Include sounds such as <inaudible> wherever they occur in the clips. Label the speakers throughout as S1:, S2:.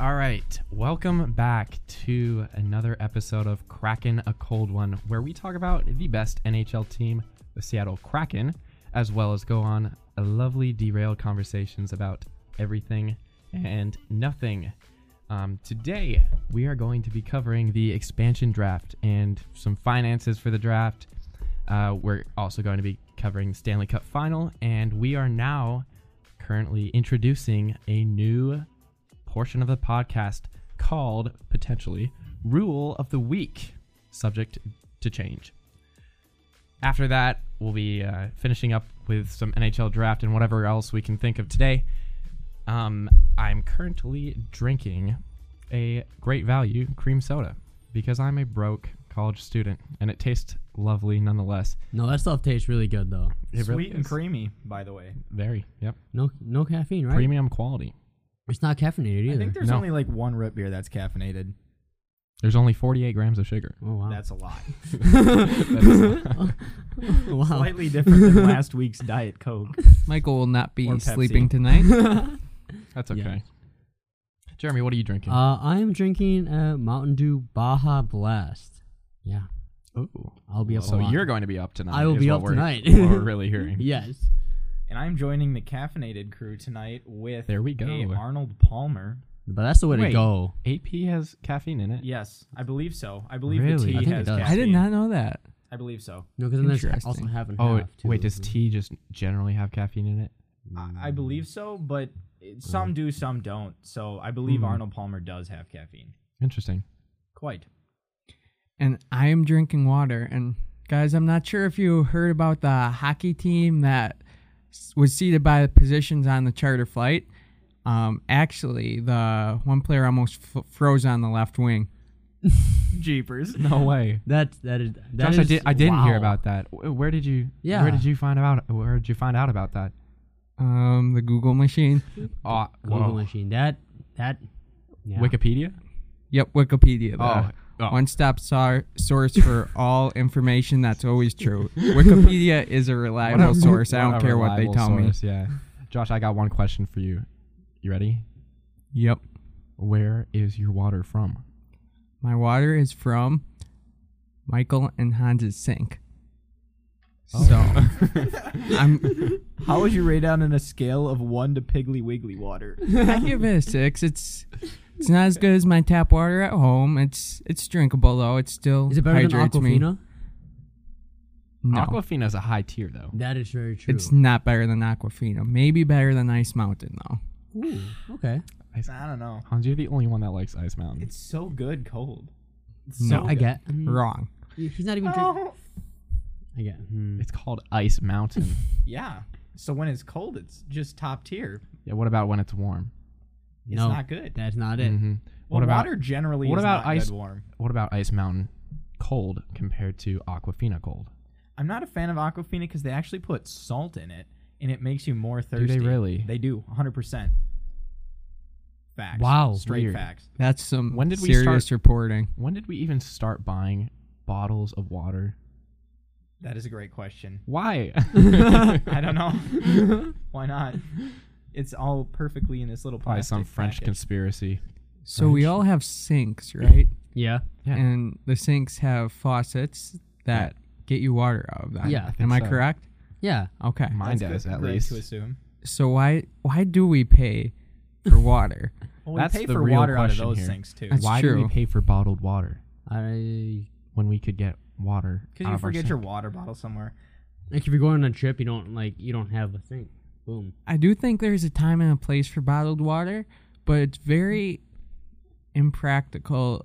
S1: All right, welcome back to another episode of Kraken a Cold One, where we talk about the best NHL team, the Seattle Kraken, as well as go on a lovely derailed conversations about everything and nothing. Um, today, we are going to be covering the expansion draft and some finances for the draft. Uh, we're also going to be covering the Stanley Cup final, and we are now currently introducing a new portion of the podcast called potentially Rule of the Week, subject to change. After that, we'll be uh, finishing up with some NHL draft and whatever else we can think of today. Um, I'm currently drinking a great value cream soda because I'm a broke college student and it tastes lovely nonetheless.
S2: No, that stuff tastes really good though.
S1: It really
S3: Sweet and
S1: is
S3: creamy, by the way.
S1: Very, yep.
S2: No, no caffeine, right?
S1: Premium quality.
S2: It's not caffeinated either.
S3: I think there's
S1: No.
S3: only like one root beer that's caffeinated.
S1: There's only 48 grams of sugar.
S2: oh wow. <laughs>
S3: That's a lot.
S2: <laughs> wow.
S3: Slightly different
S1: <laughs>
S3: than last week's Diet Coke.
S4: Michael will not
S3: Or
S4: be
S3: Pepsi.
S2: <laughs>
S4: sleeping tonight.
S1: That's okay.
S2: Yeah.
S1: Jeremy, what are you drinking?
S2: Uh, I am drinking uh, Mountain Dew Baja Blast. Yeah,
S1: Ooh.
S2: I'll be up.
S1: so
S2: a lot.
S1: you're going to be up tonight.
S2: I will
S1: is
S2: be
S1: what
S2: up
S1: we're-
S2: tonight.
S1: what
S2: <laughs>
S1: we're really hearing.
S2: Yes.
S3: And I'm joining the caffeinated crew tonight with
S1: There we go.
S3: a Arnold Palmer.
S2: But that's the way
S1: Wait.
S2: to go.
S1: AP has caffeine in it.
S3: Yes, I believe so. I believe
S1: Really?
S3: the tea
S1: I
S2: think it
S3: has
S2: does.
S3: caffeine.
S4: I did not know that.
S3: I believe so.
S2: No, because then there's
S4: Interesting.
S2: also half and
S1: Oh,
S2: half. too.
S1: wait, does tea just generally have caffeine in it?
S3: I, I
S1: Mm.
S3: believe so, but it, some do, some don't. So I believe
S1: Mm.
S3: Arnold Palmer does have caffeine.
S2: <laughs>
S1: Interesting.
S3: Quite.
S4: And I am drinking water. And guys, I'm not sure if you heard about the hockey team that s- was seated by the positions on the charter flight. Um, actually, the one player almost f- froze on the left wing.
S3: Jeepers.
S1: No way.
S2: that that is. that
S1: Josh, I,
S2: is-
S1: did, I didn't hear
S2: wow.
S1: about that. Wh- Where did you?
S2: Yeah.
S1: Where did you find about? Where did you find out about that?
S4: Um, the Google machine.
S1: Oh,
S2: Google
S1: whoa.
S2: machine. That that. Yeah.
S1: Wikipedia.
S4: Yep, Wikipedia. The
S1: Oh, oh.
S4: One-stop sor- source for all information that's
S1: <laughs>
S4: always true. Wikipedia is a reliable
S1: What a-
S4: source. I don't
S1: a
S4: care what they
S1: reliable
S4: tell
S1: source, Yeah. Josh, I got one question for you. You ready?
S4: me. Yep.
S1: Where is your water from?
S4: My water is from Michael and Hans's sink.
S2: Oh. <laughs>
S4: So I'm
S3: How would you rate out on a scale of one to Piggly Wiggly water?
S4: I give it a six. It's it's not as good as my tap water at home. It's it's drinkable though. It's still
S2: Is it better than
S4: hydrates me.
S2: Aquafina?
S4: No,
S1: Aquafina is a high tier though.
S2: That is very true.
S4: it's not better than Aquafina. Maybe better than Ice Mountain though.
S2: Ooh, okay.
S3: <laughs> I don't know.
S1: Hans, you're the only one that likes Ice Mountain.
S3: It's so good cold. It's
S4: No,
S3: so
S2: I
S3: good.
S2: get.
S4: Wrong.
S2: He's not even drinking.
S3: Oh.
S2: I get. hmm.
S1: It's called Ice <laughs> Mountain.
S3: Yeah. So when it's cold, it's just top tier.
S1: yeah. What about when it's warm?
S3: It's
S2: No. Mm.
S3: not good.
S2: That's not it.
S1: Mm-hmm.
S3: Well,
S1: What about
S3: water generally
S1: what
S3: is
S1: about
S3: not
S1: ice-
S3: good warm.
S1: what about Ice Mountain cold compared to Aquafina cold?
S3: I'm not a fan of Aquafina because they actually put salt in it and it makes you more
S1: they
S3: thirsty.
S1: really?
S3: They do, 100%. Facts.
S2: Wow,
S3: Straight
S1: weird.
S3: facts.
S4: That's some
S1: When did we
S4: serious
S1: start-
S4: reporting.
S1: When did we even start buying bottles of water?
S3: That is a
S1: <laughs>
S3: great question.
S1: Why?
S3: I don't know.
S1: <laughs>
S3: Why not? It's all perfectly in this little
S1: Probably
S3: plastic
S1: some French
S3: package.
S1: conspiracy.
S4: So we all have sinks, right?
S2: Yeah.
S1: Yeah.
S4: And the sinks have faucets that get you water out of them.
S2: Yeah, I
S1: think
S4: Am I
S1: so.
S4: correct?
S2: Yeah.
S4: Okay.
S1: Mine
S3: That's
S1: does
S3: good-
S1: at
S3: great
S1: least.
S3: to assume.
S4: So why why do we pay
S2: <laughs>
S4: for water?
S3: Well, we
S1: That's
S3: pay
S1: the
S3: for
S1: real
S3: water out of
S1: question
S3: those
S1: here.
S3: sinks too.
S4: That's
S1: Why do we
S4: true.
S1: pay for bottled water
S2: I.
S1: when we could get water?
S3: Because
S1: out
S3: you
S1: of our
S3: forget
S1: sink?
S3: your water bottle somewhere.
S2: Like if you're going on a trip, you don't like you don't have a thing. Boom.
S4: I do think there's a time and a place for bottled water, but it's very impractical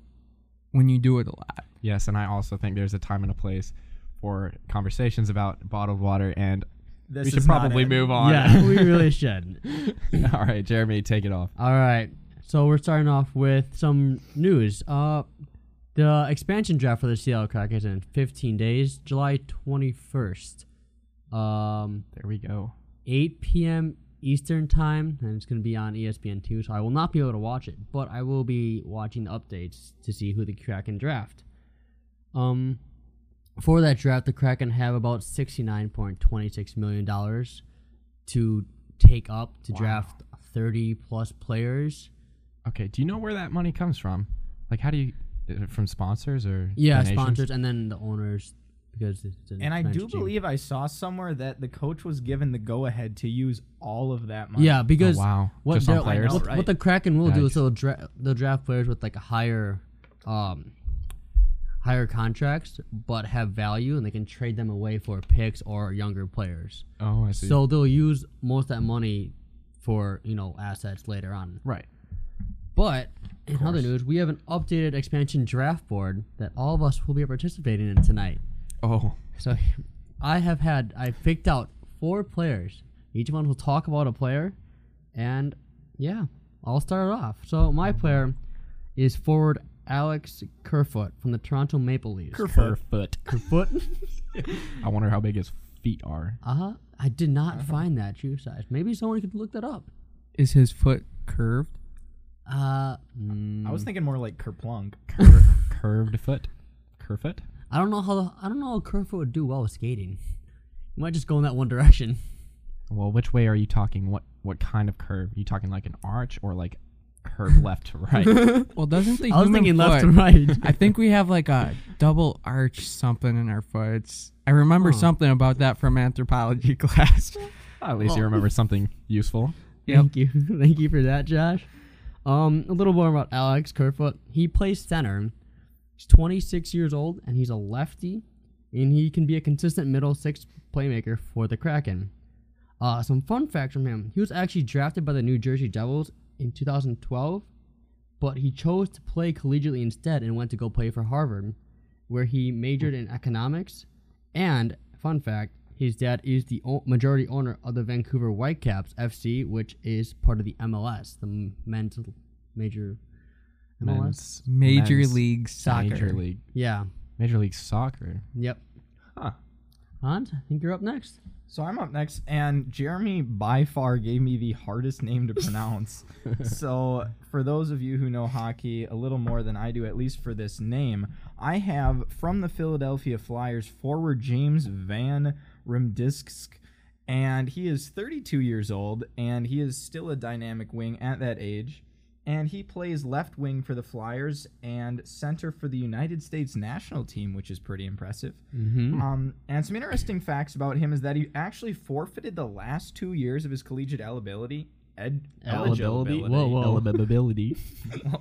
S4: when you do it a lot.
S1: Yes, and I also think there's a time and a place for conversations about bottled water, and
S3: This
S1: we should
S3: is not
S1: probably
S3: it.
S1: move on.
S2: Yeah, <laughs> we really should.
S1: <laughs> All right, Jeremy, take it off.
S2: All right. So we're starting off with some news. Uh, the expansion draft for the Seattle Kraken is in 15 days, July 21st. Um,
S1: There we go.
S2: 8 p.m. Eastern time, and it's going to be on E ESPN two. So I will not be able to watch it, but I will be watching the updates to see who the Kraken draft. Um, for that draft, the Kraken have about sixty nine point twenty six million dollars to take up to draft thirty plus players.
S1: Okay. Do you know where that money comes from? Like, how do you? uh, From sponsors or
S2: Yeah,
S1: donations?
S2: sponsors and then the owners because it's an
S3: And I do
S2: expansion team.
S3: believe I saw somewhere that the coach was given the go ahead to use all of that money.
S2: Yeah, because
S1: Oh, wow.
S2: what
S1: Just on
S2: they'll-
S1: players?
S2: what,
S3: I know,
S2: what
S3: right?
S2: the Kraken will do is
S1: Yikes.
S2: they'll, dra- they'll draft players with like a higher, um, higher contracts, but have value, and they can trade them away for picks or younger players.
S1: Oh, I see.
S2: So they'll use most of that money for you know assets later on.
S1: right.
S2: But in other news, we have an updated expansion draft board that all of us will be participating in tonight.
S1: Oh,
S2: So I have had I picked out four players. Each one will talk about a player, and yeah, I'll start it off. So my player is forward Alex Kerfoot from the Toronto Maple Leafs.
S1: Kerfoot.
S2: Kerfoot.
S1: I wonder how big his feet are.
S2: uh, I did not find that shoe size. Maybe someone could look that up.
S4: Is his foot curved?
S2: Uh, mm,
S3: I was thinking more like Kerplunk.
S1: Cur- curved foot. Kerfoot.
S2: I don't know how the, I don't know how Kerfoot would do well with skating. He might just go in that one direction.
S1: Well, which way are you talking? What what kind of curve? you talking like an arch or like curve left to right? <laughs>
S4: Well, doesn't
S2: <laughs>
S4: the
S2: I was
S4: human
S2: thinking left
S4: foot-
S2: and right.
S4: I think we have like a double arch something in our foots. I remember something about that from anthropology <laughs> class.
S1: At least you remember something useful.
S2: Thank you. <laughs> Thank you for that, Josh. Um, a little more about Alex Kerfoot. He plays center. He's 26 years old and he's a lefty, and he can be a consistent middle six playmaker for the Kraken. Uh, some fun facts from him: he was actually drafted by the New Jersey Devils in 2012, but he chose to play collegiately instead and went to go play for Harvard, where he majored in economics. And fun fact: his dad is the o- majority owner of the Vancouver Whitecaps FC, which is part of the MLS, the m- men's l- major
S1: Men's-
S2: MLS.
S4: Major
S1: men's-
S4: League Soccer.
S1: Major league.
S2: Yeah.
S1: Major league soccer.
S2: Yep.
S1: Huh.
S2: Hans, I think you're up next.
S3: So I'm up next, and Jeremy by far gave me the hardest name to pronounce. so for those of you who know hockey a little more than I do, at least for this name, I have from the Philadelphia Flyers forward James Van Rimdisk, and he is 32 years old, and he is still a dynamic wing at that age. And he plays left wing for the Flyers and center for the United States national team, which is pretty impressive.
S4: Mm-hmm.
S2: <laughs>
S3: Um, and some interesting facts about him is that he actually forfeited the last two years of his collegiate eligibility. Ed,
S2: Eligibility?
S3: eligibility.
S2: Whoa, whoa.
S1: Eligibility.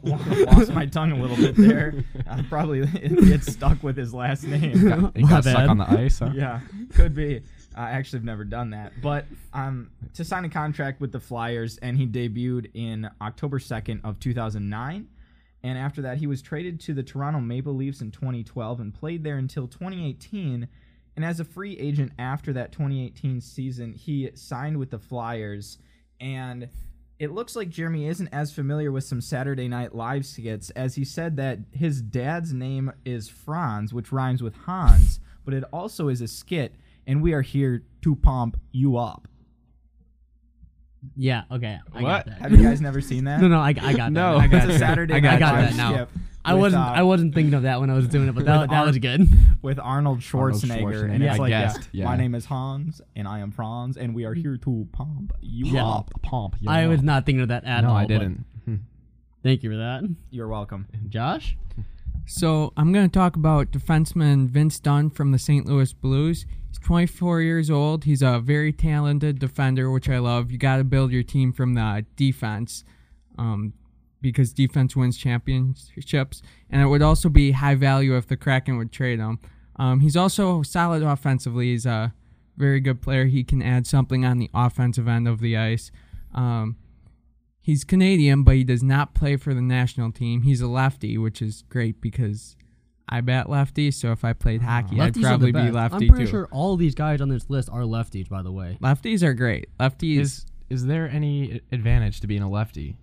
S3: <laughs> Lost my tongue a little bit there. I probably <laughs> get stuck with his
S2: <laughs>
S3: last name.
S1: It got
S2: bad.
S1: stuck on the ice. Huh?
S3: <laughs> yeah, could be. I actually have never done that, but um, to sign a contract with the Flyers, and he debuted in October second of two thousand nine, and after that he was traded to the Toronto Maple Leafs in twenty twelve and played there until twenty eighteen, and as a free agent after that twenty eighteen season, he signed with the Flyers, and it looks like Jeremy isn't as familiar with some Saturday Night Live skits as he said that his dad's name is Franz, which rhymes with Hans, but it also is a skit, and we are here to pump you up.
S2: Yeah, okay. I
S1: What?
S2: got that.
S3: Have you guys never seen
S2: <laughs>
S3: that?
S2: No, no, I, I
S4: <laughs>
S2: got that.
S1: No.
S2: I got,
S1: got
S3: It's a Saturday
S2: I got,
S3: Night
S2: that
S3: Live
S2: now.
S3: skip
S2: I
S3: with,
S2: wasn't
S3: uh,
S2: I wasn't thinking of that when I was doing it, but that, that was
S4: <laughs>
S2: good.
S3: with Arnold Schwarzenegger,
S1: Schwarzenegger,
S3: and it's
S1: I
S3: like, yeah,
S1: guessed, yeah.
S3: my name is Hans, and I am Franz, and we are here to pump you
S2: Yeah.
S3: up.
S1: Pomp, pomp. yeah,
S2: I
S1: no.
S2: was not thinking of that at
S1: No,
S2: all.
S1: I
S2: but
S1: didn't. Hmm.
S2: Thank you for that,
S3: You're welcome.
S2: Josh.
S4: So I'm going to talk about defenseman Vince Dunn from the St. Louis Blues. He's 24 years old. He's a very talented defender, which I love. You got to build your team from the defense um, because defense wins championships. And it would also be high value if the Kraken would trade him. Um, he's also solid offensively. He's a very good player. He can add something on the offensive end of the ice. Um, He's Canadian, but he does not play for the national team. He's a lefty, which is great because I bat lefty. So if I played hockey,
S2: Uh-huh. Lefties
S4: I'd
S2: are the
S4: probably be
S2: best.
S4: lefty
S2: I'm pretty
S4: too.
S2: sure all these guys on this list are lefties, by the way.
S4: Lefties are great. Lefties,
S1: Is is there any a- advantage to being a lefty?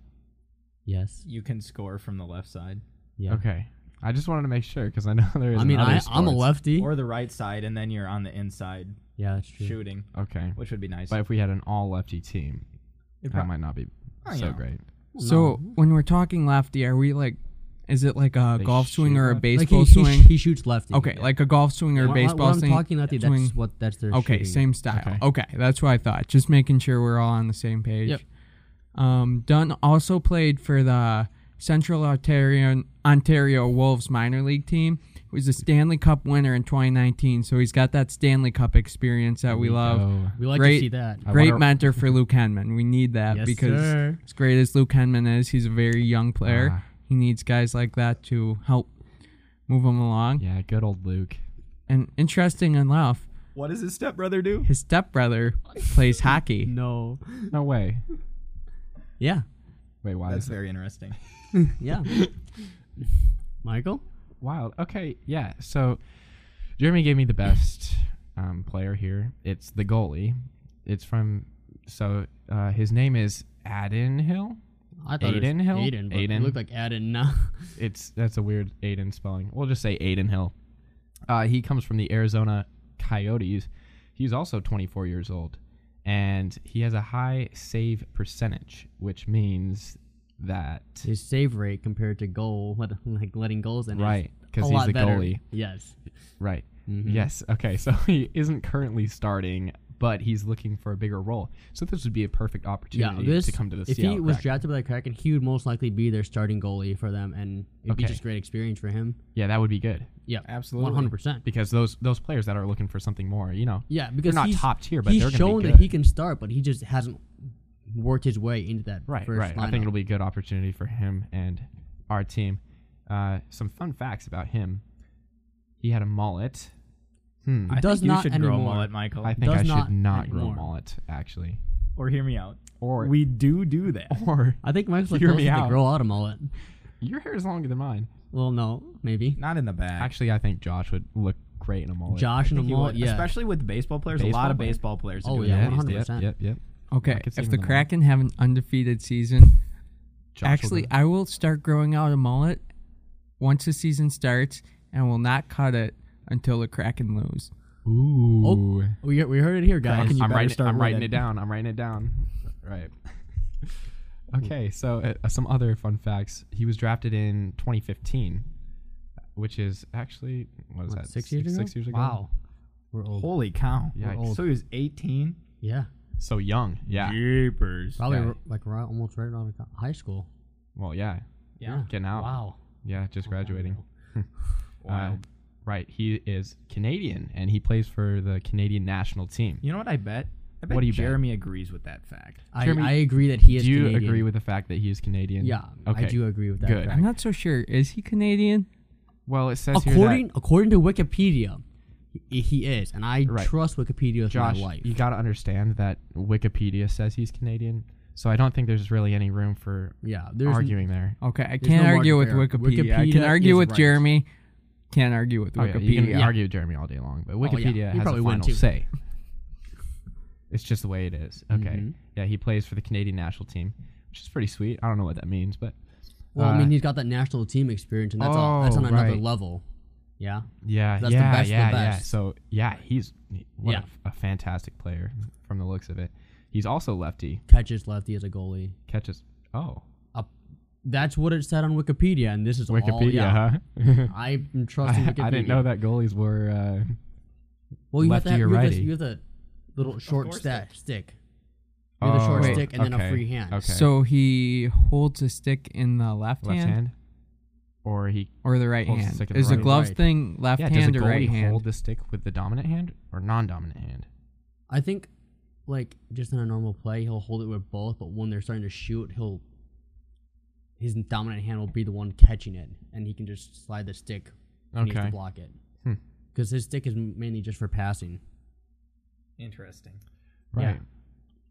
S2: Yes.
S3: You can score from the left side
S2: Yeah.
S1: Okay. I just wanted to make sure because I know <laughs> there is.
S2: I mean,
S1: in other
S2: I, I'm a
S1: sports.
S2: lefty.
S3: or the right side, and then you're on the inside
S2: yeah, that's true.
S3: shooting,
S1: Okay.
S3: which would be nice.
S1: But if we had an all lefty team,
S3: It
S1: That
S3: prob-
S1: might not be
S3: Oh,
S1: so
S3: yeah.
S1: great.
S4: So when we're talking lefty, are we like, is it like a
S1: They
S4: golf swing
S1: shoot
S4: or a
S1: left-
S2: Like
S4: baseball
S2: he, he,
S4: swing?
S2: sh- he shoots lefty.
S4: okay, like a golf swing or a
S2: When- when-
S4: baseball
S2: when I'm
S4: swing.
S2: talking lefty, that's
S4: swing.
S2: what that's their
S4: Okay,
S2: shooting.
S4: same style.
S1: Okay.
S4: Okay. that's what I thought. Just making sure we're all on the same page.
S2: Yep.
S4: Um, Dunn also played for the Central Ontario Ontario Wolves minor league team. He was a Stanley Cup winner in 2019, so he's got that Stanley Cup experience that we love.
S1: Oh,
S2: We like to
S4: Great.
S2: see that.
S1: I
S4: Great
S1: wonder-
S4: mentor for Luke Henman. We need that
S2: Yes,
S4: because
S2: sir.
S4: as great as Luke Henman is, he's a very young player.
S1: Ah.
S4: he needs guys like that to help move him along.
S1: yeah, good old Luke.
S4: And interesting enough,
S3: What does his stepbrother do?
S4: his stepbrother plays
S1: <laughs>
S4: hockey.
S2: No.
S1: No way.
S2: Yeah.
S1: Wait, why
S3: That's
S1: is that
S3: very interesting.
S2: Yeah. <laughs> Michael?
S1: wild? Okay, yeah. So Jeremy gave me the best um, player here. It's the goalie. It's from so uh, his name is Aden Hill.
S2: I thought it
S1: Aiden
S2: was
S1: Hill?
S2: Aiden, but
S1: Aiden.
S2: it looked like Aiden now.
S1: It's that's a weird Aiden spelling. We'll just say Aiden Hill. Uh, he comes from the Arizona Coyotes. He's also 24 years old, and he has a high save percentage, which means that
S2: <laughs> His save rate compared to goal, what, like letting goals in,
S1: right
S2: is
S1: because
S2: a
S1: he's
S2: lot
S1: the
S2: better.
S1: goalie,
S2: Yes.
S1: right?
S2: Mhm.
S1: Yes. Okay. So <laughs> he isn't currently starting, but he's looking for a bigger role. So this would be a perfect
S2: Yeah,
S1: opportunity
S2: this,
S1: to come to the
S2: if
S1: Seattle
S2: he was
S1: Kraken.
S2: drafted by the Kraken, he would most likely be their starting goalie for them, and it'd be
S1: Okay.
S2: just great experience for him.
S1: yeah, that would be good
S2: Yeah,
S3: Absolutely.
S2: one hundred percent.
S1: because those those players that are looking for something more, you know,
S2: Yeah, because
S1: not
S2: he's-
S1: top tier, but
S2: he's
S1: they're gonna be
S2: shown
S1: good.
S2: that he can start, but he just hasn't worked his way into that
S1: Right,
S2: first
S1: right. I
S2: lineup.
S1: think it'll be a good opportunity for him and our team. Uh, some fun facts about him: he had a mullet. Hmm. I,
S3: I
S2: does
S3: think
S2: not
S3: you should grow a
S2: anymore.
S3: mullet, Michael.
S1: think
S2: does
S1: I
S2: not
S1: should not grow a
S2: anymore.
S1: mullet, actually. <laughs>
S3: or hear me out.
S1: Or
S3: We do do that.
S1: <laughs> or
S2: I think Michael's
S1: Hear
S2: closer
S1: me
S2: to
S1: out.
S2: grow out a mullet.
S1: your hair is longer than mine.
S2: Well, no, maybe
S3: Not in the back.
S1: Actually, I think Josh would look great in a mullet.
S2: Josh and a
S3: Think you
S2: mullet.
S3: would,
S2: Yeah,
S3: Especially with baseball players, a
S1: Baseball
S3: lot of
S1: player?
S3: baseball players. Are
S2: Oh,
S3: doing
S2: yeah,
S3: that these days.
S2: 100%.
S1: Yep, yep. I
S4: Okay,
S1: could see
S4: if
S1: him
S4: the
S1: in the
S4: Kraken have an undefeated season,
S1: Josh will
S4: actually,
S1: do
S4: I will start growing out a mullet once the season starts, and will not cut it until the Kraken lose.
S1: it. ooh.
S2: we we heard it here, guys.
S3: Kraken, you
S1: I'm
S3: better
S1: writing.
S3: start
S1: I'm
S3: with
S1: writing
S3: it.
S1: it down. I'm writing it down.
S2: <laughs>
S1: Right. okay. So uh, some other fun facts. He was drafted in 2015, which is actually what is
S2: What,
S1: that?
S2: six years ago?
S1: Six years ago.
S2: Wow, we're old.
S3: Holy cow.
S1: Yikes.
S3: We're old. So he was 18.
S2: yeah,
S1: So young. Yeah.
S3: Jeepers.
S2: probably
S1: Yeah.
S2: r- like right, almost right around co- high school.
S1: Well, yeah.
S3: Yeah.
S1: Getting out.
S2: Wow.
S1: Yeah, just graduating. <laughs> Uh,
S3: Wild.
S1: right. He is Canadian, and he plays for the Canadian national team.
S3: You know what I bet? I bet
S1: What do you bet?
S3: Jeremy agrees with that fact.
S2: I,
S1: Jeremy,
S2: I agree that he is.
S1: Do you
S2: Canadian.
S1: agree with the fact that he is Canadian?
S2: Yeah,
S1: Okay.
S2: I do agree with that.
S1: Good.
S2: fact.
S4: I'm not so sure. Is he Canadian?
S1: Well, it says here that
S2: according according to Wikipedia, he, he is, and I
S1: Right.
S2: trust Wikipedia with
S1: Josh,
S2: my life.
S1: you got to understand that Wikipedia says he's Canadian, so I don't think there's really any room for
S2: yeah, there's
S1: arguing there.
S4: Okay, I
S2: There's
S4: can't
S2: no
S4: argue with
S2: margin for error.
S4: Wikipedia. I can
S2: Wikipedia
S4: argue
S2: is
S4: with
S2: right.
S4: Jeremy. Can't argue with
S1: Oh, yeah,
S4: Wikipedia.
S1: you can argue with Jeremy all day long, but
S2: Oh, yeah,
S1: Wikipedia
S2: you
S1: has
S2: probably
S1: a
S2: win
S1: final
S2: too. <laughs>
S1: say. It's just the way it is. Okay.
S2: Mhm.
S1: Yeah, he plays for the Canadian national team, which is pretty sweet. I don't know what that means, but
S2: Well, I
S1: uh,
S2: mean, he's got that national team experience, and that's all,
S1: Oh,
S2: that's on another
S1: right.
S2: level. Yeah,
S1: yeah,
S2: That's the
S1: yeah,
S2: best of the
S1: yeah, yeah.
S2: best.
S1: So yeah, he's what
S2: Yeah.
S1: A, a fantastic player from the looks of it. He's also lefty,
S2: catches lefty as a goalie.
S1: catches. Oh,
S2: Up, that's what it said on Wikipedia, and this is all-
S1: Wikipedia,
S2: yeah.
S1: huh? <laughs>
S2: I'm trusting
S1: I,
S2: Wikipedia.
S1: I didn't know that goalies were. Uh,
S2: Well, you
S1: Lefty
S2: have
S1: or
S2: to have,
S1: righty?
S2: You have, the, you have the little short
S3: course
S2: sta- stick. You have the short
S1: Oh,
S2: stick and then
S1: okay,
S2: a free hand.
S1: okay.
S4: So he holds a stick in the left,
S1: left hand? or he
S4: or the right
S1: Holds the
S4: hand.
S1: stick in the
S4: Is the
S1: right.
S4: gloves
S2: Right.
S4: thing left
S1: yeah
S4: hand
S1: does
S4: or
S1: a goalie
S4: right hand?
S1: hold the stick with the dominant hand or non-dominant hand
S2: I think, like, just in a normal play, he'll hold it with both, but when they're starting to shoot, he'll. His dominant hand will be the one catching it, and he can just slide the stick when he needs
S1: Okay.
S2: to block it.
S1: Hmm.
S2: Because his stick is m- mainly just for passing.
S3: Interesting.
S1: right
S2: Yeah.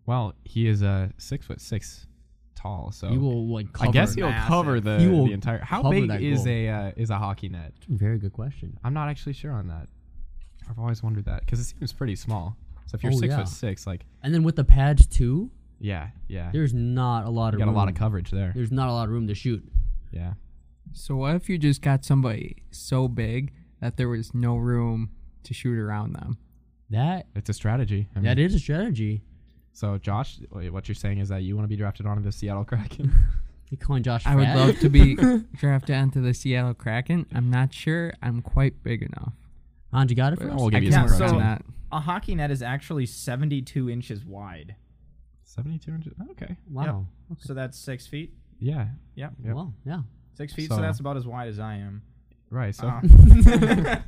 S1: well he is a six foot six tall so
S2: He will, like, cover.
S1: I guess he'll
S3: Massive.
S1: cover the,
S2: He will
S1: the entire. How
S2: cover
S1: big
S2: that
S1: is
S2: goal.
S1: a uh, is a hockey net?
S2: Very good question.
S1: I'm not actually sure on that. I've always wondered that because it seems pretty small. So if you're
S2: Oh,
S1: six
S2: yeah.
S1: foot six, like
S2: And then with the pads, too,
S1: yeah, yeah, you
S2: there's not a lot of
S1: got a
S2: room.
S1: lot of coverage there.
S2: There's not a lot of room to shoot.
S1: Yeah,
S4: So what if you just got somebody so big that there was no room to shoot around them?
S2: That
S1: it's a strategy. I mean,
S2: That is a strategy.
S1: So, Josh, wait, what you're saying is that you want to be drafted onto the Seattle Kraken?
S2: You calling Josh?
S4: I would
S2: fat?
S4: love to be drafted onto the Seattle Kraken. I'm not sure. I'm quite big enough.
S2: Hans, you got it
S1: But
S2: for us.
S1: we'll give
S4: I
S1: you
S4: can
S1: some
S4: work
S1: credit.
S3: credit.
S4: on that.
S3: A hockey net is actually 72 inches wide.
S1: 72 inches. Okay.
S2: Wow.
S3: So that's six feet.
S1: Yeah.
S3: Yep.
S1: Yep.
S2: Well, yeah.
S3: Six feet. So,
S1: So-
S3: that's about as wide as I am.
S1: Right. So. <laughs>
S2: <laughs>
S3: Ah.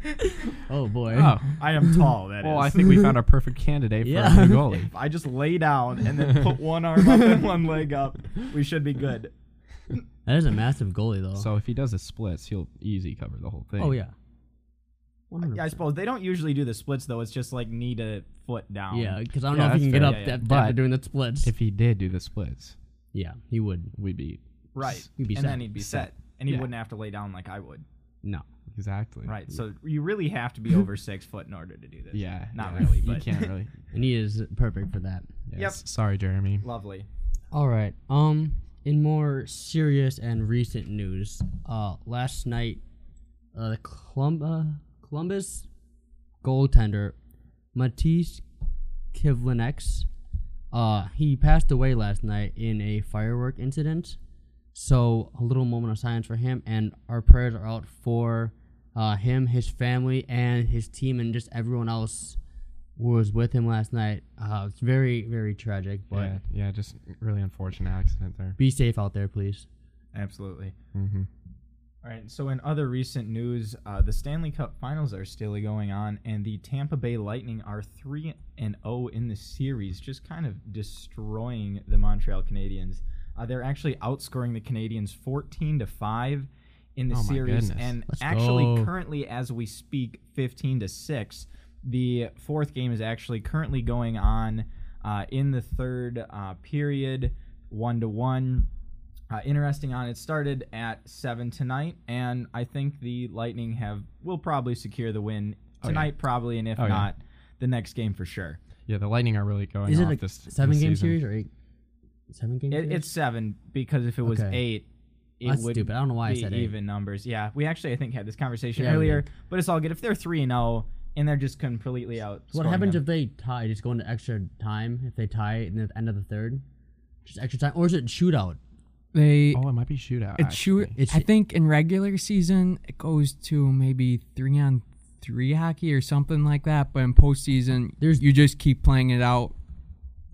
S2: Oh boy.
S1: Oh.
S3: <laughs> I am tall. That is.
S1: Well, I think we found our perfect candidate
S2: Yeah. <laughs>
S1: for a new goalie.
S3: If <laughs> I just lay down and then put one arm up and one leg up, we should be good.
S2: That is a massive goalie though.
S1: So if he does the splits, he'll easy cover the whole thing.
S2: oh yeah. 100%.
S3: Yeah, I suppose they don't usually do the splits though. It's just like knee to foot down.
S2: Yeah, because I don't
S1: Um, Yeah,
S2: know if he
S1: that's
S2: can get
S1: fair.
S2: up
S3: Yeah, yeah.
S2: after
S1: But-
S2: doing the splits.
S1: If he did do the splits,
S2: yeah, he would.
S1: we'd be
S3: right.
S2: He'd be
S3: and
S2: set.
S3: then he'd be set, and he
S1: Yeah.
S3: wouldn't have to lay down like I would.
S2: No.
S1: exactly
S3: Right. So you really have to be over six foot in order to do this.
S1: Yeah.
S3: Not
S1: yeah.
S3: really,
S1: you
S3: but
S1: can't really.
S2: And he is perfect for that.
S1: Yes. Sorry, Jeremy.
S3: <laughs> lovely.
S2: All right. Um, in more serious and recent news, uh, last night, uh, the Colum- uh, Columbus goaltender Matisse Kivlinex, uh, he passed away last night in a firework incident. So a little moment of silence for him, and our prayers are out for uh, him, his family, and his team, and just everyone else who was with him last night. Uh, it's very, very tragic, but
S1: Yeah. Yeah. Just really unfortunate accident there.
S2: be safe out there, please.
S3: Absolutely.
S1: Mm-hmm.
S3: All right. So in other recent news, uh, the Stanley Cup Finals are still going on, and the Tampa Bay Lightning are three and zero in the series, just kind of destroying the Montreal Canadiens. Uh, they're actually outscoring the Canadiens fourteen to five in the
S1: Oh my
S3: series,
S1: goodness.
S3: and
S2: Let's
S3: actually
S2: go.
S3: currently as we speak, fifteen to six. The fourth game is actually currently going on uh, in the third uh, period, one to one uh, interesting on it started at seven tonight and i think the lightning have will probably secure the win
S1: yeah.
S3: tonight probably and if
S1: Oh, yeah.
S3: not the next game for sure
S1: Yeah. The Lightning are really going
S2: Is it
S1: off
S2: a
S1: this
S2: seven
S1: this
S2: game
S1: season.
S2: series or eight? Seven game
S3: it,
S2: series?
S3: it's seven because if it was
S2: Okay.
S3: eight it
S2: That's
S3: would
S2: stupid. I don't know why I
S3: be
S2: said eight.
S3: even numbers yeah we actually i think had this conversation
S2: Yeah, we
S3: earlier but it's all good if they're three and oh and they're just completely out
S2: what happens if they tie? Just go into extra time if they tie in the end of the third? Just extra time? Or is it shootout?
S4: They
S1: Oh, it might be shootout.
S4: it shoot.
S1: actually.
S2: It's-
S3: Mm-hmm.
S4: I think in regular season it goes to maybe three on three hockey or something like that. But in postseason,
S2: There's-
S4: you just keep playing it out,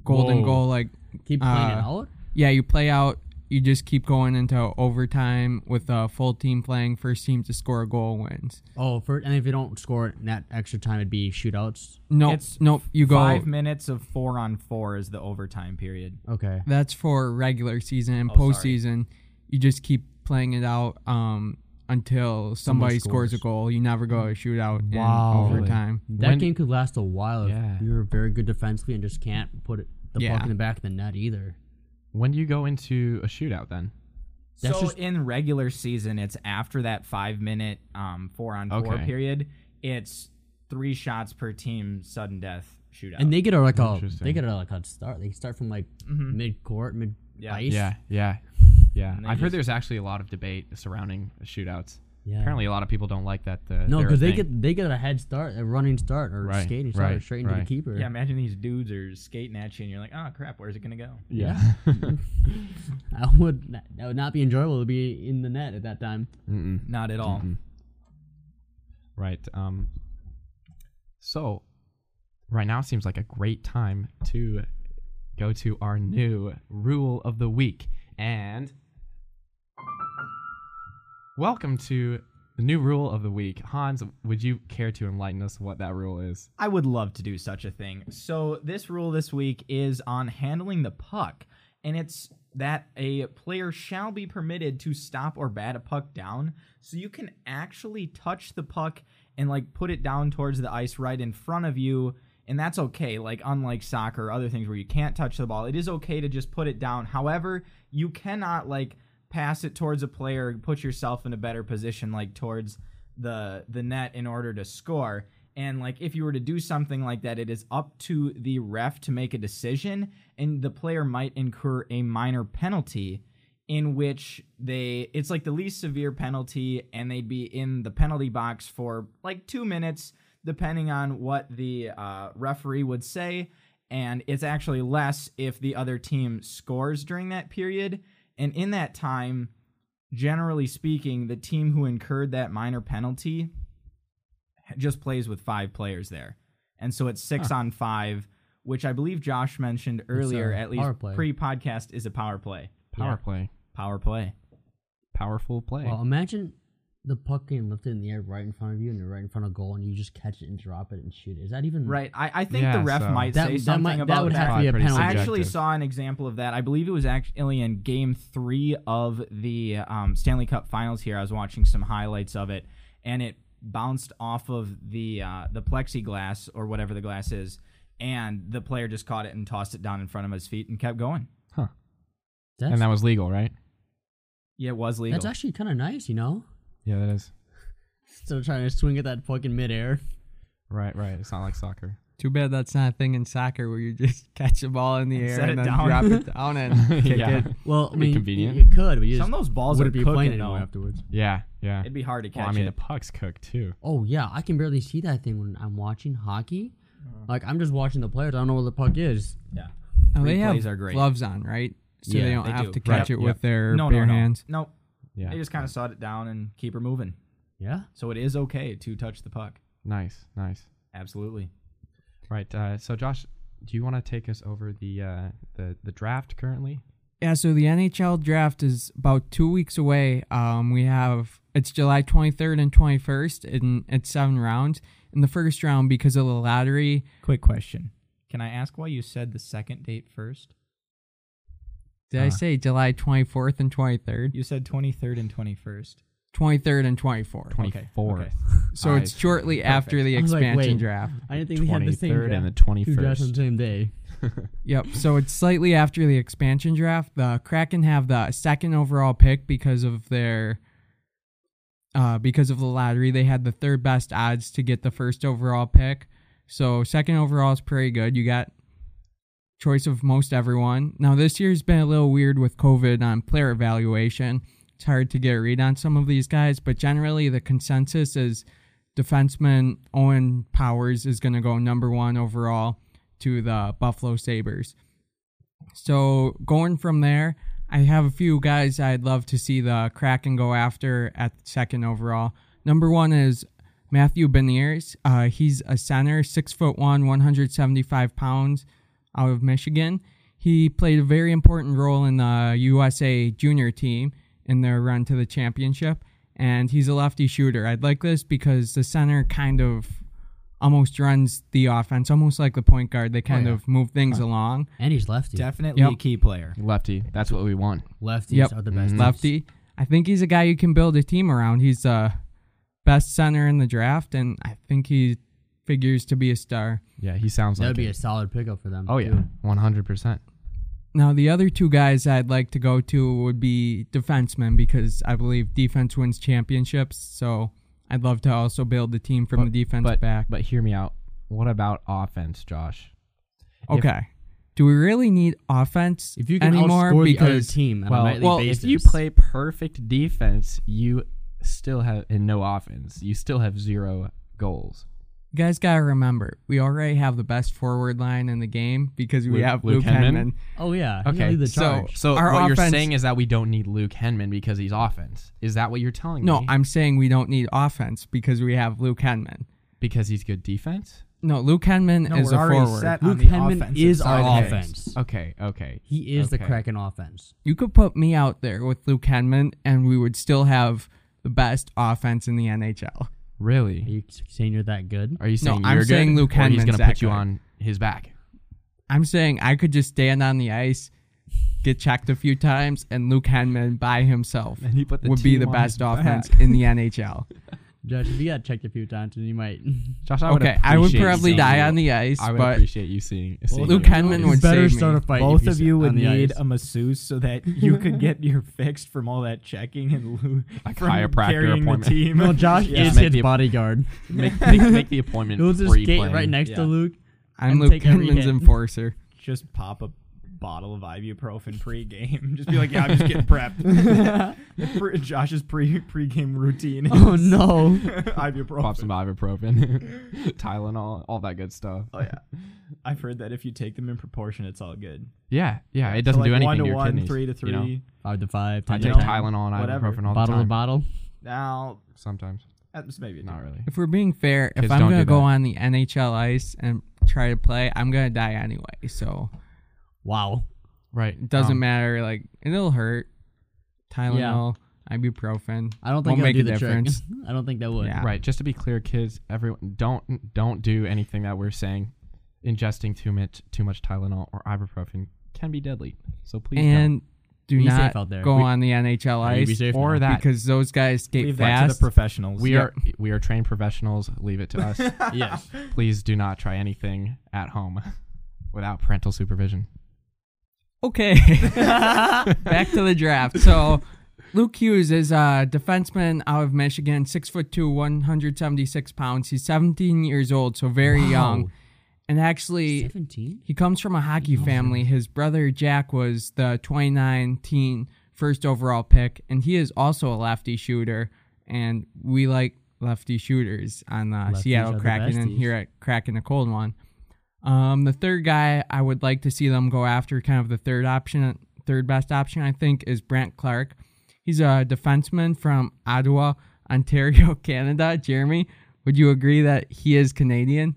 S4: golden
S1: Whoa.
S4: goal. Like
S2: Keep playing it
S4: Uh,
S2: out?
S4: yeah, you play out. You just keep going into overtime with a full team playing. First team to score a goal wins.
S2: Oh, for, and if you don't score it in that extra time, it'd be shootouts?
S4: Nope,
S3: It's
S4: nope. You go
S3: five minutes of four on four is the overtime period
S2: Okay.
S4: That's for regular season and
S3: Oh, sorry.
S4: postseason. You just keep playing it out um, until somebody scores.
S2: scores.
S4: a goal. You never
S3: Mm-hmm.
S4: go a shootout
S2: Wow.
S4: in
S1: Really?
S4: overtime.
S2: That
S1: When-
S2: game could last a while if
S1: Yeah.
S2: you're very good defensively and just can't put it, the
S4: Yeah.
S2: puck in the back of the net either.
S1: When do you go into a shootout then?
S2: That's
S3: so
S2: just-
S3: in regular season, it's after that five minute um, four on four
S1: Okay.
S3: period. It's three shots per team, sudden death shootout.
S2: And they get a like a
S1: Interesting.
S2: they get a like a start. They start from like mid court, mid
S3: Yeah.
S2: ice.
S1: Yeah,
S3: <laughs>
S1: yeah, yeah.
S3: they
S1: I've heard
S3: just-
S1: there's actually a lot of debate surrounding shootouts.
S2: Yeah.
S1: Apparently, a lot of people don't like that. uh, The,
S2: No,
S1: because
S2: because they get they get a head start, a running start, or
S1: Right,
S2: skating start
S1: right,
S2: straight into
S1: right.
S2: the keeper.
S3: yeah, imagine these dudes are skating at you, and you're like, "Oh crap, where's it gonna go?"
S1: Yeah.
S2: <laughs> I would that that would not be enjoyable to be in the net at that time.
S1: <laughs> Mm-mm.
S3: Not at
S2: Mm-hmm.
S3: all.
S1: Right. Um. So, right now seems like a great time to go to our new rule of the week and welcome to the new rule of the week. Hans, would you care to enlighten us what that rule is?
S3: I would love to do such a thing. So this rule this week is on handling the puck, and it's that a player shall be permitted to stop or bat a puck down. So you can actually touch the puck and like put it down towards the ice right in front of you, and that's okay. Like unlike soccer or other things where you can't touch the ball, it is okay to just put it down. However, you cannot like pass it towards a player, put yourself in a better position like towards the the net in order to score. And like if you were to do something like that, it is up to the ref to make a decision and the player might incur a minor penalty in which they it's like the least severe penalty and they'd be in the penalty box for like 2 minutes depending on what the uh, referee would say and it's actually less if the other team scores during that period. And in that time, generally speaking, the team who incurred that minor penalty just plays with five players there. And so it's six on five, which I believe Josh mentioned earlier,
S2: a
S3: at least
S2: power play.
S3: pre podcast, is a power play.
S1: Power play.
S3: Power play.
S1: Powerful play.
S2: Well, imagine the puck getting lifted in the air right in front of you, and you're right in front of goal, and you just catch it and drop it and shoot it. Is that even
S3: Right. I, I think
S1: Yeah,
S3: the ref
S1: so-
S3: might
S2: That,
S3: say
S2: that,
S3: something
S2: might,
S3: about
S2: that would have to be a
S1: Probably
S2: penalty.
S1: pretty
S3: I actually
S1: subjective.
S3: saw an example of that. I believe it was actually in Game Three of the um, Stanley Cup Finals. Here, I was watching some highlights of it, and it bounced off of the uh, the plexiglass or whatever the glass is, and the player just caught it and tossed it down in front of his feet and kept going.
S1: huh.
S2: That's,
S1: And that was legal, right?
S3: Yeah, it was legal.
S2: that's actually kind of nice, you know?
S1: Yeah, that is.
S2: Instead of trying to swing at that puck in midair. <laughs>
S1: Right, right. It's not like soccer. <laughs>
S4: Too bad that's not a thing in soccer where you just <laughs> catch the ball in the air
S3: set
S4: and
S3: it
S4: then
S3: down. <laughs>
S4: drop it down and kick
S1: yeah.
S4: it.
S2: Well, I
S1: Pretty
S2: mean,
S1: convenient.
S2: convenient. you could, but you just
S3: Some of those balls
S2: wouldn't
S3: are
S2: be playing
S3: cooking,
S2: anymore
S3: though.
S2: afterwards.
S1: Yeah, yeah.
S3: It'd be hard to catch
S1: Well, I mean,
S3: it.
S1: the puck's cooked too.
S2: Oh yeah, I can barely see that thing when I'm watching hockey.
S3: Oh.
S2: Like I'm just watching the players. I don't know where the puck is.
S3: yeah.
S4: Now, they
S3: Replays
S4: have
S3: are great.
S4: gloves on, right? So
S3: Yeah,
S4: they don't
S3: they
S4: have
S3: do.
S4: to
S3: Right.
S4: catch it
S1: Yep.
S4: with their
S3: No,
S4: bare
S3: no, no,
S4: hands.
S3: No,
S1: Yeah.
S3: they just kind of sawed it down and keep her moving.
S2: Yeah.
S3: So it is okay to touch the puck.
S1: Nice, nice.
S3: Absolutely.
S1: Right. Uh, so, Josh, do you want to take us over the uh, the the draft currently?
S4: Yeah, so the NHL draft is about two weeks away. Um, we have it's July 23rd and 21st, and it's seven rounds. In the first round, because of the lottery,
S3: Quick question. Can I ask why you said the second date first?
S4: did
S3: Uh-huh.
S4: I say July 24th and 23rd?
S3: You said 23rd and 21st.
S4: 23rd and 24th.
S1: Twenty fourth.
S3: okay.
S4: So
S1: I
S4: it's shortly after the
S2: I was like,
S4: expansion
S2: wait.
S4: draft.
S2: I didn't think we had
S1: Twenty
S2: the same
S1: third and the
S2: draft.
S1: twenty
S2: Two drafts on
S1: first.
S2: the same day.
S4: Yep. So it's slightly after the expansion draft. The Kraken have the second overall pick because of their uh because of the lottery. They had the third best odds to get the first overall pick. So second overall is pretty good. You got choice of most everyone. Now this year's been a little weird with COVID on player evaluation. It's hard to get a read on some of these guys, but generally the consensus is defenseman Owen Powers is going to go number 1 overall to the Buffalo Sabres. So going from there, I have a few guys I'd love to see the Kraken go after at second overall. Number one is Matthew Beniers. Uh, he's a center, six foot one, 175 pounds, out of Michigan. He played a very important role in the USA junior team in their run to the championship, and he's a lefty shooter. I'd like this because the center kind of almost runs the offense, almost like the point guard. They kind of move things along.
S2: And he's lefty.
S3: Definitely
S4: Yep.
S3: a key player.
S1: Lefty. That's what we want.
S2: Lefties
S4: Yep. Mm-hmm.
S2: are the
S1: Mm.
S2: best.
S4: lefty. I think he's a guy you can build a team around. He's the best center in the draft, and I think he figures to be a star.
S1: Yeah, he sounds
S2: That would
S1: like.
S2: be a
S1: it.
S2: solid pickup for them.
S1: oh yeah,
S2: too.
S1: one hundred percent.
S4: Now, the other two guys I'd like to go to would be defensemen because I believe defense wins championships. So I'd love to also build the team from the defense
S1: But
S4: back.
S1: but hear me out. What about offense, Josh? if-
S4: okay. Do we really need offense
S2: If you can
S4: anymore?
S2: outscore the other
S4: because
S2: team on
S1: well,
S2: a nightly
S1: well,
S2: basis,
S1: if you play perfect defense, you still have and no offense. You still have zero goals.
S4: You guys gotta remember, we already have the best forward line in the game because we
S1: Luke-
S4: have
S1: Luke
S4: Luke,
S1: Henman?
S4: Henman.
S2: oh yeah, he's gonna
S1: Okay,
S2: lead the
S4: so-
S2: charge.
S1: So
S4: Our
S1: what you're
S4: offense-
S1: saying is that we don't need Luke Henman because he's offense. Is that what you're telling
S4: No,
S1: me?
S4: I'm saying we don't need offense because we have Luke Henman.
S1: because he's good defense.
S4: No, Luke Henman
S3: No,
S4: is
S3: we're
S4: a
S3: already
S4: forward.
S3: set.
S2: Luke
S3: on the
S2: Henman
S3: offensive
S2: is our
S3: side of
S2: offense.
S1: Okay, okay.
S2: He is the
S1: Okay.
S2: Kraken offense.
S4: You could put me out there with Luke Henman, and we would still have the best offense in the NHL.
S2: Are
S1: Really?
S2: you saying you're that good?
S1: Are you saying
S4: I'm
S1: you're good,
S4: saying Luke
S1: or he's
S4: Henman's
S1: gonna
S4: that
S1: put you
S4: good.
S1: on his back?
S4: I'm saying I could just stand on the ice, get checked a few times, and Luke Henman by himself
S1: <laughs> And he put the
S4: would be
S1: team
S4: the
S1: on his
S4: best
S1: back.
S4: offense in the NHL.
S2: Josh, if you got checked a few times, then you might. <laughs>
S1: Josh, <laughs> I
S4: okay, I would
S1: appreciate you
S4: probably
S1: seeing
S4: die
S1: you.
S4: on the ice,
S1: I would
S4: but
S1: appreciate you seeing, seeing
S4: Luke
S1: you.
S4: Henman would
S2: better
S4: save me.
S2: start a fight. if
S3: Both of
S2: sit
S3: you would
S2: on the <laughs>
S3: need
S2: ice.
S3: a masseuse so that you could <laughs> get your fix from all that checking and lo-
S1: A
S3: from
S1: chiropractor
S3: carrying
S1: appointment.
S3: The <laughs> team.
S2: Well, Josh
S1: Yeah.
S2: is
S1: Make
S2: his
S1: the-
S2: bodyguard.
S1: <laughs> make, make, make <laughs> the appointment.
S2: He'll just
S1: before you
S2: skate
S1: play.
S2: right next to
S3: Yeah.
S2: Luke.
S4: I'm
S2: and
S4: Luke
S2: take every
S4: Henman's
S2: hit.
S4: enforcer.
S3: just pop a bottle of ibuprofen pregame. <laughs> Just be like, yeah, I'm just getting prepped. <laughs> Pre- Josh's pre pregame routine. Is
S2: Oh no.
S3: <laughs> ibuprofen.
S1: Pop some <laughs> ibuprofen, Tylenol, all that good stuff.
S3: Oh yeah, <laughs> I've heard that if you take them in proportion, it's all good.
S1: Yeah, yeah, it doesn't
S3: so like
S1: do anything
S3: One to
S1: to your
S3: one,
S1: kidneys,
S3: three to three.
S1: you know?
S2: Five to five.
S1: I
S2: ten to
S1: take
S3: know,
S2: ten,
S1: Tylenol and
S3: whatever.
S1: ibuprofen all
S2: Bottle
S1: the
S2: to
S1: time.
S2: bottle.
S3: Now
S1: Sometimes,
S3: that's maybe a
S1: not really.
S4: If we're being fair, if
S1: Kids
S4: I'm
S1: don't do
S4: gonna go
S1: that.
S4: on the NHL ice and try to play, I'm gonna die anyway. So
S2: Wow.
S1: Right,
S4: it doesn't
S1: Um,
S4: matter. Like and it'll hurt. Tylenol, ibuprofen.
S2: I don't think
S4: Won't
S2: that'll
S4: make
S2: do
S4: a
S2: the <laughs>
S4: difference.
S2: trick. I don't think that would.
S4: Yeah.
S1: Right. Just to be clear, kids, everyone, don't don't do anything that we're saying. Ingesting too much too much Tylenol or ibuprofen can be deadly. So please
S4: and do
S2: Be safe
S4: not
S2: out there.
S4: go
S2: We-
S4: on the NHL
S2: Yeah, you be
S4: ice
S2: safe
S1: don't. Or that
S4: because those guys skate
S3: leave that to the
S4: fast.
S3: professionals.
S1: we are we are trained professionals. Leave it to
S4: <laughs>
S1: us.
S2: Yes.
S1: please do not try anything at home <laughs> without parental supervision.
S2: <laughs>
S4: okay, <laughs> back to the draft. So. Luke Hughes is a defenseman out of Michigan, six foot two, 176 pounds. He's 17 years old, so very young. And
S2: <laughs>
S4: actually,
S2: Seventeen.
S4: He comes from a hockey family. His brother Jack was the 2019 first overall pick, and he is also a lefty shooter. And we like lefty shooters on the
S2: Lefties are
S4: Seattle
S2: the
S4: Kraken and
S2: besties.
S4: here at Kraken the Cold One. Um, the third guy I would like to see them go after, kind of the third option, third best option, I think, is Brant Clark. He's a defenseman from Ottawa, Ontario, <laughs> Canada. Jeremy, would you agree that he is Canadian?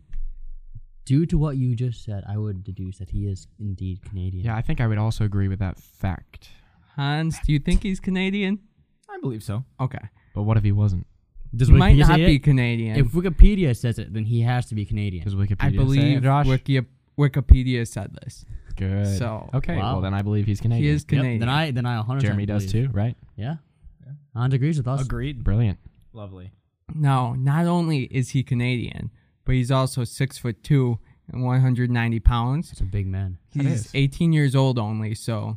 S2: Due to what you just said, I would deduce that he is indeed Canadian.
S1: Yeah, I think I would also agree with that fact.
S4: Hans, do you think he's Canadian?
S3: I believe so.
S4: Okay.
S1: But what if he wasn't?
S2: Does
S4: He might
S2: Wikipedia
S4: not
S2: say
S4: be
S2: it?
S4: Canadian.
S2: If Wikipedia says it, then he has to be Canadian.
S1: Does Wikipedia
S4: I
S1: say
S4: believe
S1: it, Josh?
S4: Wiki- Wikipedia said this.
S1: Good.
S4: So,
S1: okay,
S2: wow.
S1: well then I believe he's
S4: He
S1: Canadian.
S4: is
S2: Yep,
S4: Canadian.
S2: then I then I 100
S1: Jeremy does too, right?
S2: Yeah. Hans agrees with us.
S3: Agreed.
S1: Brilliant.
S3: Lovely.
S4: no, not only is he Canadian, but he's also six foot two and 190 pounds.
S2: It's a big man.
S4: He's
S1: is.
S4: 18 years old only, so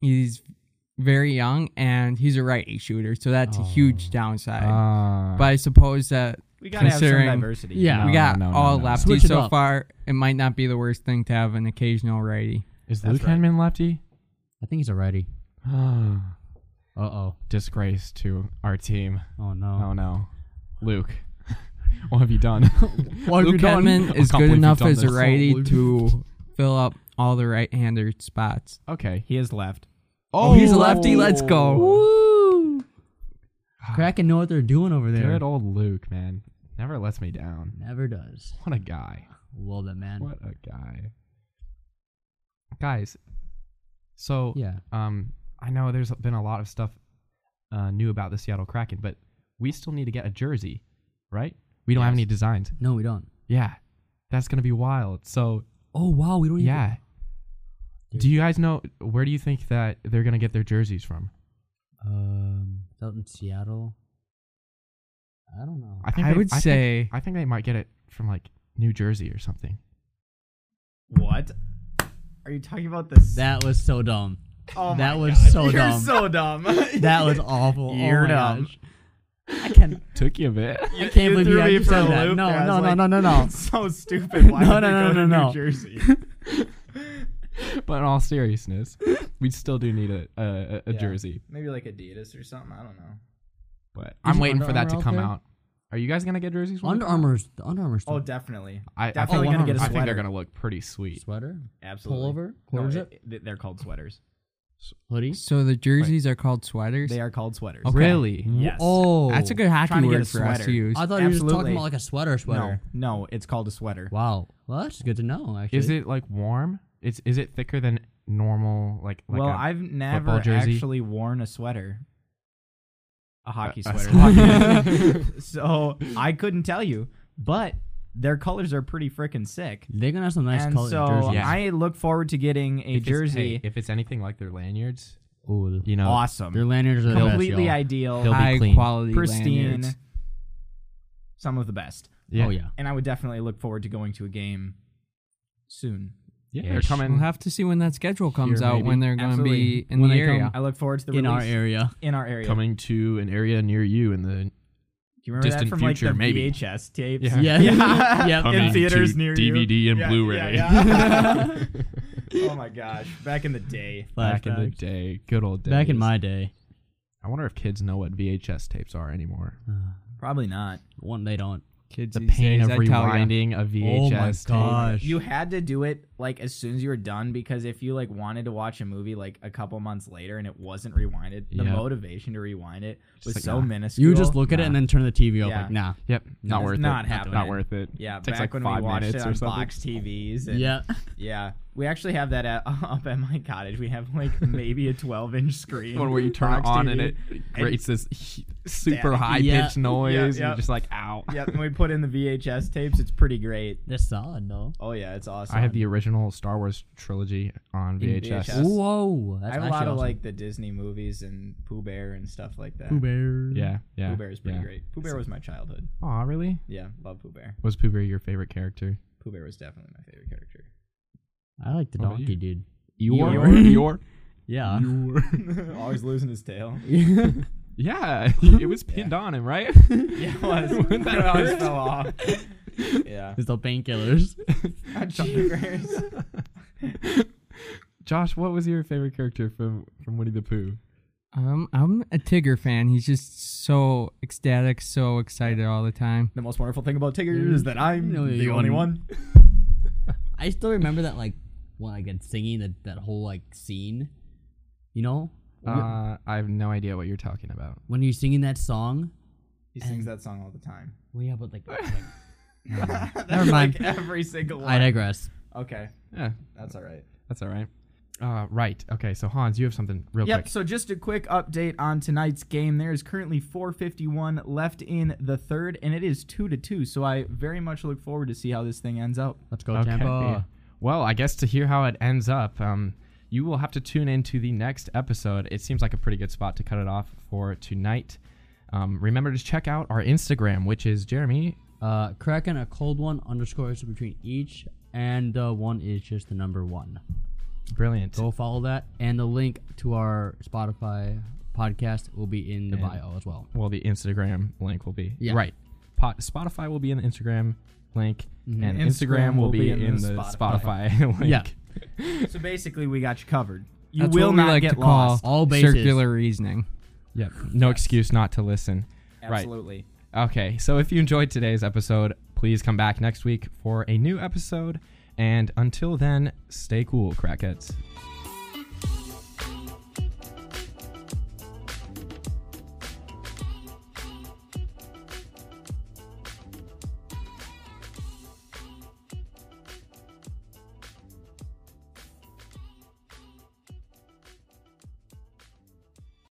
S4: he's very young and he's a righty shooter. So that's a huge downside.
S1: Uh,
S4: but I suppose that
S3: We gotta have some
S4: Considering-
S3: diversity.
S2: Yeah.
S4: we
S1: No,
S4: got
S1: no, no,
S4: all
S1: no, no.
S4: lefties
S2: Switch it
S4: so
S2: up.
S4: far. It might not be the worst thing to have an occasional righty.
S1: is
S3: That's
S1: Luke
S3: right.
S1: Henman
S4: <gasps> <laughs>
S1: lefty? <sighs>
S2: I think he's a righty. Uh oh.
S1: Disgrace to our team.
S2: Oh
S1: Oh
S2: no.
S1: no, Luke, <laughs> what have you done? <laughs>
S2: What have
S4: Luke
S2: you done?
S4: Hedman
S1: I
S4: is
S1: can't
S4: good
S1: believe you've
S4: enough
S1: done
S4: as a
S1: this.
S4: righty
S2: Unbelievable.
S4: to fill up all the right-hander spots.
S1: okay.
S3: He is left.
S4: Oh, he's a lefty. Let's go.
S2: Woo!
S4: Ah.
S2: Kraken know what they're doing over there.
S1: Good old Luke, man, never lets me down.
S2: Never does.
S1: What a guy.
S2: Love that man.
S1: What a guy. Guys, so
S2: Yeah.
S1: um, I know there's been a lot of stuff uh, new about the Seattle Kraken, but we still need to get a jersey, right? We don't have
S2: Yes.
S1: any designs.
S2: No, we don't.
S1: Yeah, that's gonna be wild. So
S2: Oh wow, we don't. even-
S1: yeah, do you guys know where do you think that they're gonna get their jerseys from?
S2: Um, it's out in Seattle. I don't know.
S1: I
S4: I
S1: they-
S4: would
S1: think-
S4: say-
S1: I think they might get it from like New Jersey or something.
S3: What? Are you talking about this?
S2: that was so dumb.
S3: oh my
S2: that was
S3: God.
S2: so
S3: <laughs> You're
S2: dumb.
S3: so dumb.
S2: <laughs>
S3: <laughs>
S2: That was awful.
S3: You're
S2: oh my
S3: dumb.
S2: Gosh. I can.
S1: Took you a bit. <laughs>
S2: I can't believe you
S3: threw me
S2: actually
S3: for a
S2: said that.
S3: loop
S2: No,
S3: there. I
S2: no,
S3: was
S2: no,
S3: like,
S2: no,
S3: <laughs>
S2: no, no. <laughs>
S3: So stupid. Why
S2: No, no,
S3: would they
S2: no,
S3: go
S2: no,
S3: to New
S2: no. <laughs>
S3: Jersey?
S1: but in all seriousness, we still do need a a, a- a
S3: Yeah.
S1: jersey.
S3: Maybe like Adidas or something. I don't know.
S1: But I'm waiting
S2: Under
S1: for that
S2: Armour
S1: to
S2: out
S1: come
S2: there?
S1: out. Are you guys gonna get jerseys? when they
S2: Under
S1: come out?
S2: Armour's. The Under Armour's.
S3: Oh,
S2: the
S3: definitely.
S1: I, I,
S3: Definitely
S1: think,
S2: gonna get a
S1: I think they're
S3: sweater.
S1: gonna look pretty sweet.
S2: <laughs> sweater,
S3: Absolutely.
S2: pullover,
S3: No,
S2: quarter zip,
S3: it- it- they're called sweaters.
S2: hoodie.
S4: So the jerseys are called sweaters.
S3: They are called sweaters.
S4: Okay.
S1: Really?
S3: Yes.
S2: Oh,
S4: That's a good hockey
S3: Trying to get a
S4: word for us to
S3: sweater.
S4: use.
S2: I thought you were just talking
S3: Absolutely.
S2: about like a sweater,
S3: No,
S2: sweater.
S3: no, it's called a sweater.
S2: Wow. Well, that's good to know. Actually,
S1: Is it like warm? It's is it thicker than normal? Like, like
S3: well,
S1: a-
S3: i I've never
S1: jersey?
S3: actually worn a sweater. A hockey
S1: a
S3: sweater. <laughs> so I couldn't tell you, but their colors are pretty freaking sick.
S2: They're gonna have some nice
S3: and
S2: color
S3: so
S2: jerseys.
S1: Yeah.
S3: I look forward to getting a
S1: if it's-
S3: jersey.
S1: hey, if it's anything like their lanyards,
S2: Ooh, the-
S1: you know,
S3: awesome.
S2: their lanyards are the best,
S3: completely
S2: y'all.
S3: ideal, uh,
S1: They'll be
S4: High
S1: clean.
S4: quality,
S3: pristine,
S4: lanyards.
S3: some of the best.
S1: Yeah,
S2: Oh yeah.
S3: And I would definitely look forward to going to a game soon.
S1: yeah,
S2: Yeah,
S1: they're
S2: sh-
S1: coming.
S4: We'll have to see when that schedule comes
S1: Here,
S4: out.
S1: maybe.
S4: When they're going to be
S3: Absolutely.
S4: in
S2: When
S4: the
S2: they come
S4: area.
S3: I look forward to the
S2: In our
S3: release
S2: area.
S3: in our area.
S1: coming to an area near you in the
S3: Do you remember that
S1: distant
S3: from
S1: future,
S3: like the
S1: maybe.
S3: VHS tapes?
S1: Yeah.
S2: Yeah.
S3: <laughs> Yeah.
S2: Yep.
S3: In
S1: Coming
S3: theaters
S1: to
S3: near
S1: <laughs>
S3: you.
S1: DVD and Blu-ray.
S3: Yeah, <laughs> yeah. oh my gosh, back in the day.
S1: Back in the
S2: Flashbacks.
S1: day, good old days.
S2: Back in my day.
S1: I wonder if kids know what VHS tapes are anymore.
S3: Probably not.
S2: One they don't.
S4: Kids,
S1: The
S4: these
S1: pain
S4: days,
S1: of
S4: I tell ya.
S1: rewinding a
S2: Oh my
S1: VHS tape.
S2: gosh.
S3: You had to do it like as soon as you were done because if you like wanted to watch a movie like a couple months later and it wasn't rewinded, the
S1: Yep.
S3: motivation to rewind it was
S1: like,
S3: so
S1: nah.
S3: minuscule.
S2: You just look at it and then turn the TV off
S3: Yeah.
S2: like, nah.
S1: Yep, not
S3: It's
S1: worth
S3: not
S1: it. Not
S3: happening.
S1: worth it.
S3: Yeah,
S1: Takes
S3: back
S1: like
S3: when
S1: five
S3: we watched
S1: minutes
S3: it
S1: or
S3: on
S1: something. <laughs>
S3: box TVs. And
S2: Yeah.
S3: yeah. We actually have that at, <laughs> up at my cottage. We have
S1: <laughs>
S3: like maybe a 12 inch screen.
S1: one where you turn it
S3: box
S1: on and
S3: TV.
S1: it creates this he- super
S3: Yeah.
S1: high
S2: Yeah.
S1: pitched noise.
S3: Yeah,
S1: and you're
S3: yeah.
S1: just like, ow.
S3: Yep, and we put in the VHS tapes. It's pretty great.
S2: <laughs> They're solid, though.
S3: Oh yeah, it's awesome.
S1: <laughs> I have the original Star Wars trilogy on VHS.
S2: In
S3: VHS. Yes.
S2: Whoa.
S3: I
S2: That's
S3: have a
S2: actually
S3: lot of
S2: awesome.
S3: like the Disney movies and Pooh Bear and stuff like that.
S2: Pooh Bear.
S1: Yeah, yeah.
S3: Pooh Bear is pretty
S1: yeah.
S3: great. Pooh Bear was my childhood.
S1: Aw, really?
S3: Yeah, love Pooh Bear.
S1: Was Pooh Bear your favorite character?
S3: Pooh Bear was definitely my favorite character.
S1: <laughs>
S2: I like the
S1: What about
S2: donkey,
S1: you? <laughs>
S2: dude. <laughs>
S1: Eeyore.
S2: Yeah. <laughs>
S3: Always losing
S1: <laughs>
S3: his tail.
S1: Yeah, <laughs> it was pinned on him, <laughs> right?
S3: Yeah, it was.
S1: Wouldn't that
S3: It always
S1: hurt?
S3: fell off.
S1: <laughs>
S3: Yeah.
S2: It's the painkillers. <laughs>
S3: Not cheaters.
S1: Josh, what was your favorite character from from Winnie the Pooh?
S4: Um, I'm a Tigger fan. He's just so ecstatic, so excited all the time.
S3: <laughs> the most wonderful thing about Tigger is that I'm
S2: No,
S3: the
S2: you
S3: only
S2: wouldn't.
S3: one.
S2: I still remember that, like, when I get singing, that, that whole, like, scene. You know?
S1: Uh, I have no idea what you're talking about.
S2: When you're singing that song.
S3: He sings that song all the time. <laughs>
S2: Well, yeah, <laughs> but, like.
S3: That's
S2: Never mind.
S3: Like every single
S2: I
S3: one.
S2: digress.
S3: okay,
S1: Yeah,
S3: that's all right.
S1: that's all right. Uh, right. Okay. So Hans, you have something real
S3: Yep.
S1: quick.
S3: So just a quick update on tonight's game. There is currently 4:51 left in the third, and it is two to two. So I very much look forward to see how this thing ends
S4: <laughs>
S3: up.
S2: Let's go, Tampa.
S1: Well, I guess to hear how it ends up, um, you will have to tune in to the next episode. It seems like a pretty good spot to cut it off for tonight. Um, remember to check out our Instagram, which is Jeremy.
S2: Uh, cracking a cold one underscores between each, and the one is just the number one.
S1: Brilliant.
S2: Go follow that, and the link to our Spotify podcast will be in the bio as well.
S1: Well, the Instagram link will be
S2: Yeah.
S1: right. Pot, Spotify will be in the Instagram link, and Instagram, will be in, the Spotify, <laughs> link.
S2: Mm-hmm. Yeah.
S3: So basically, we got you covered. You
S4: That's
S3: will
S4: what we
S3: not
S4: like
S3: get
S4: to call
S3: lost.
S2: All bases.
S4: circular reasoning.
S1: Yep. No excuse not to listen.
S3: Absolutely.
S1: Right. Okay. So if you enjoyed today's episode, please come back next week for a new episode. And until then, stay cool, crackheads.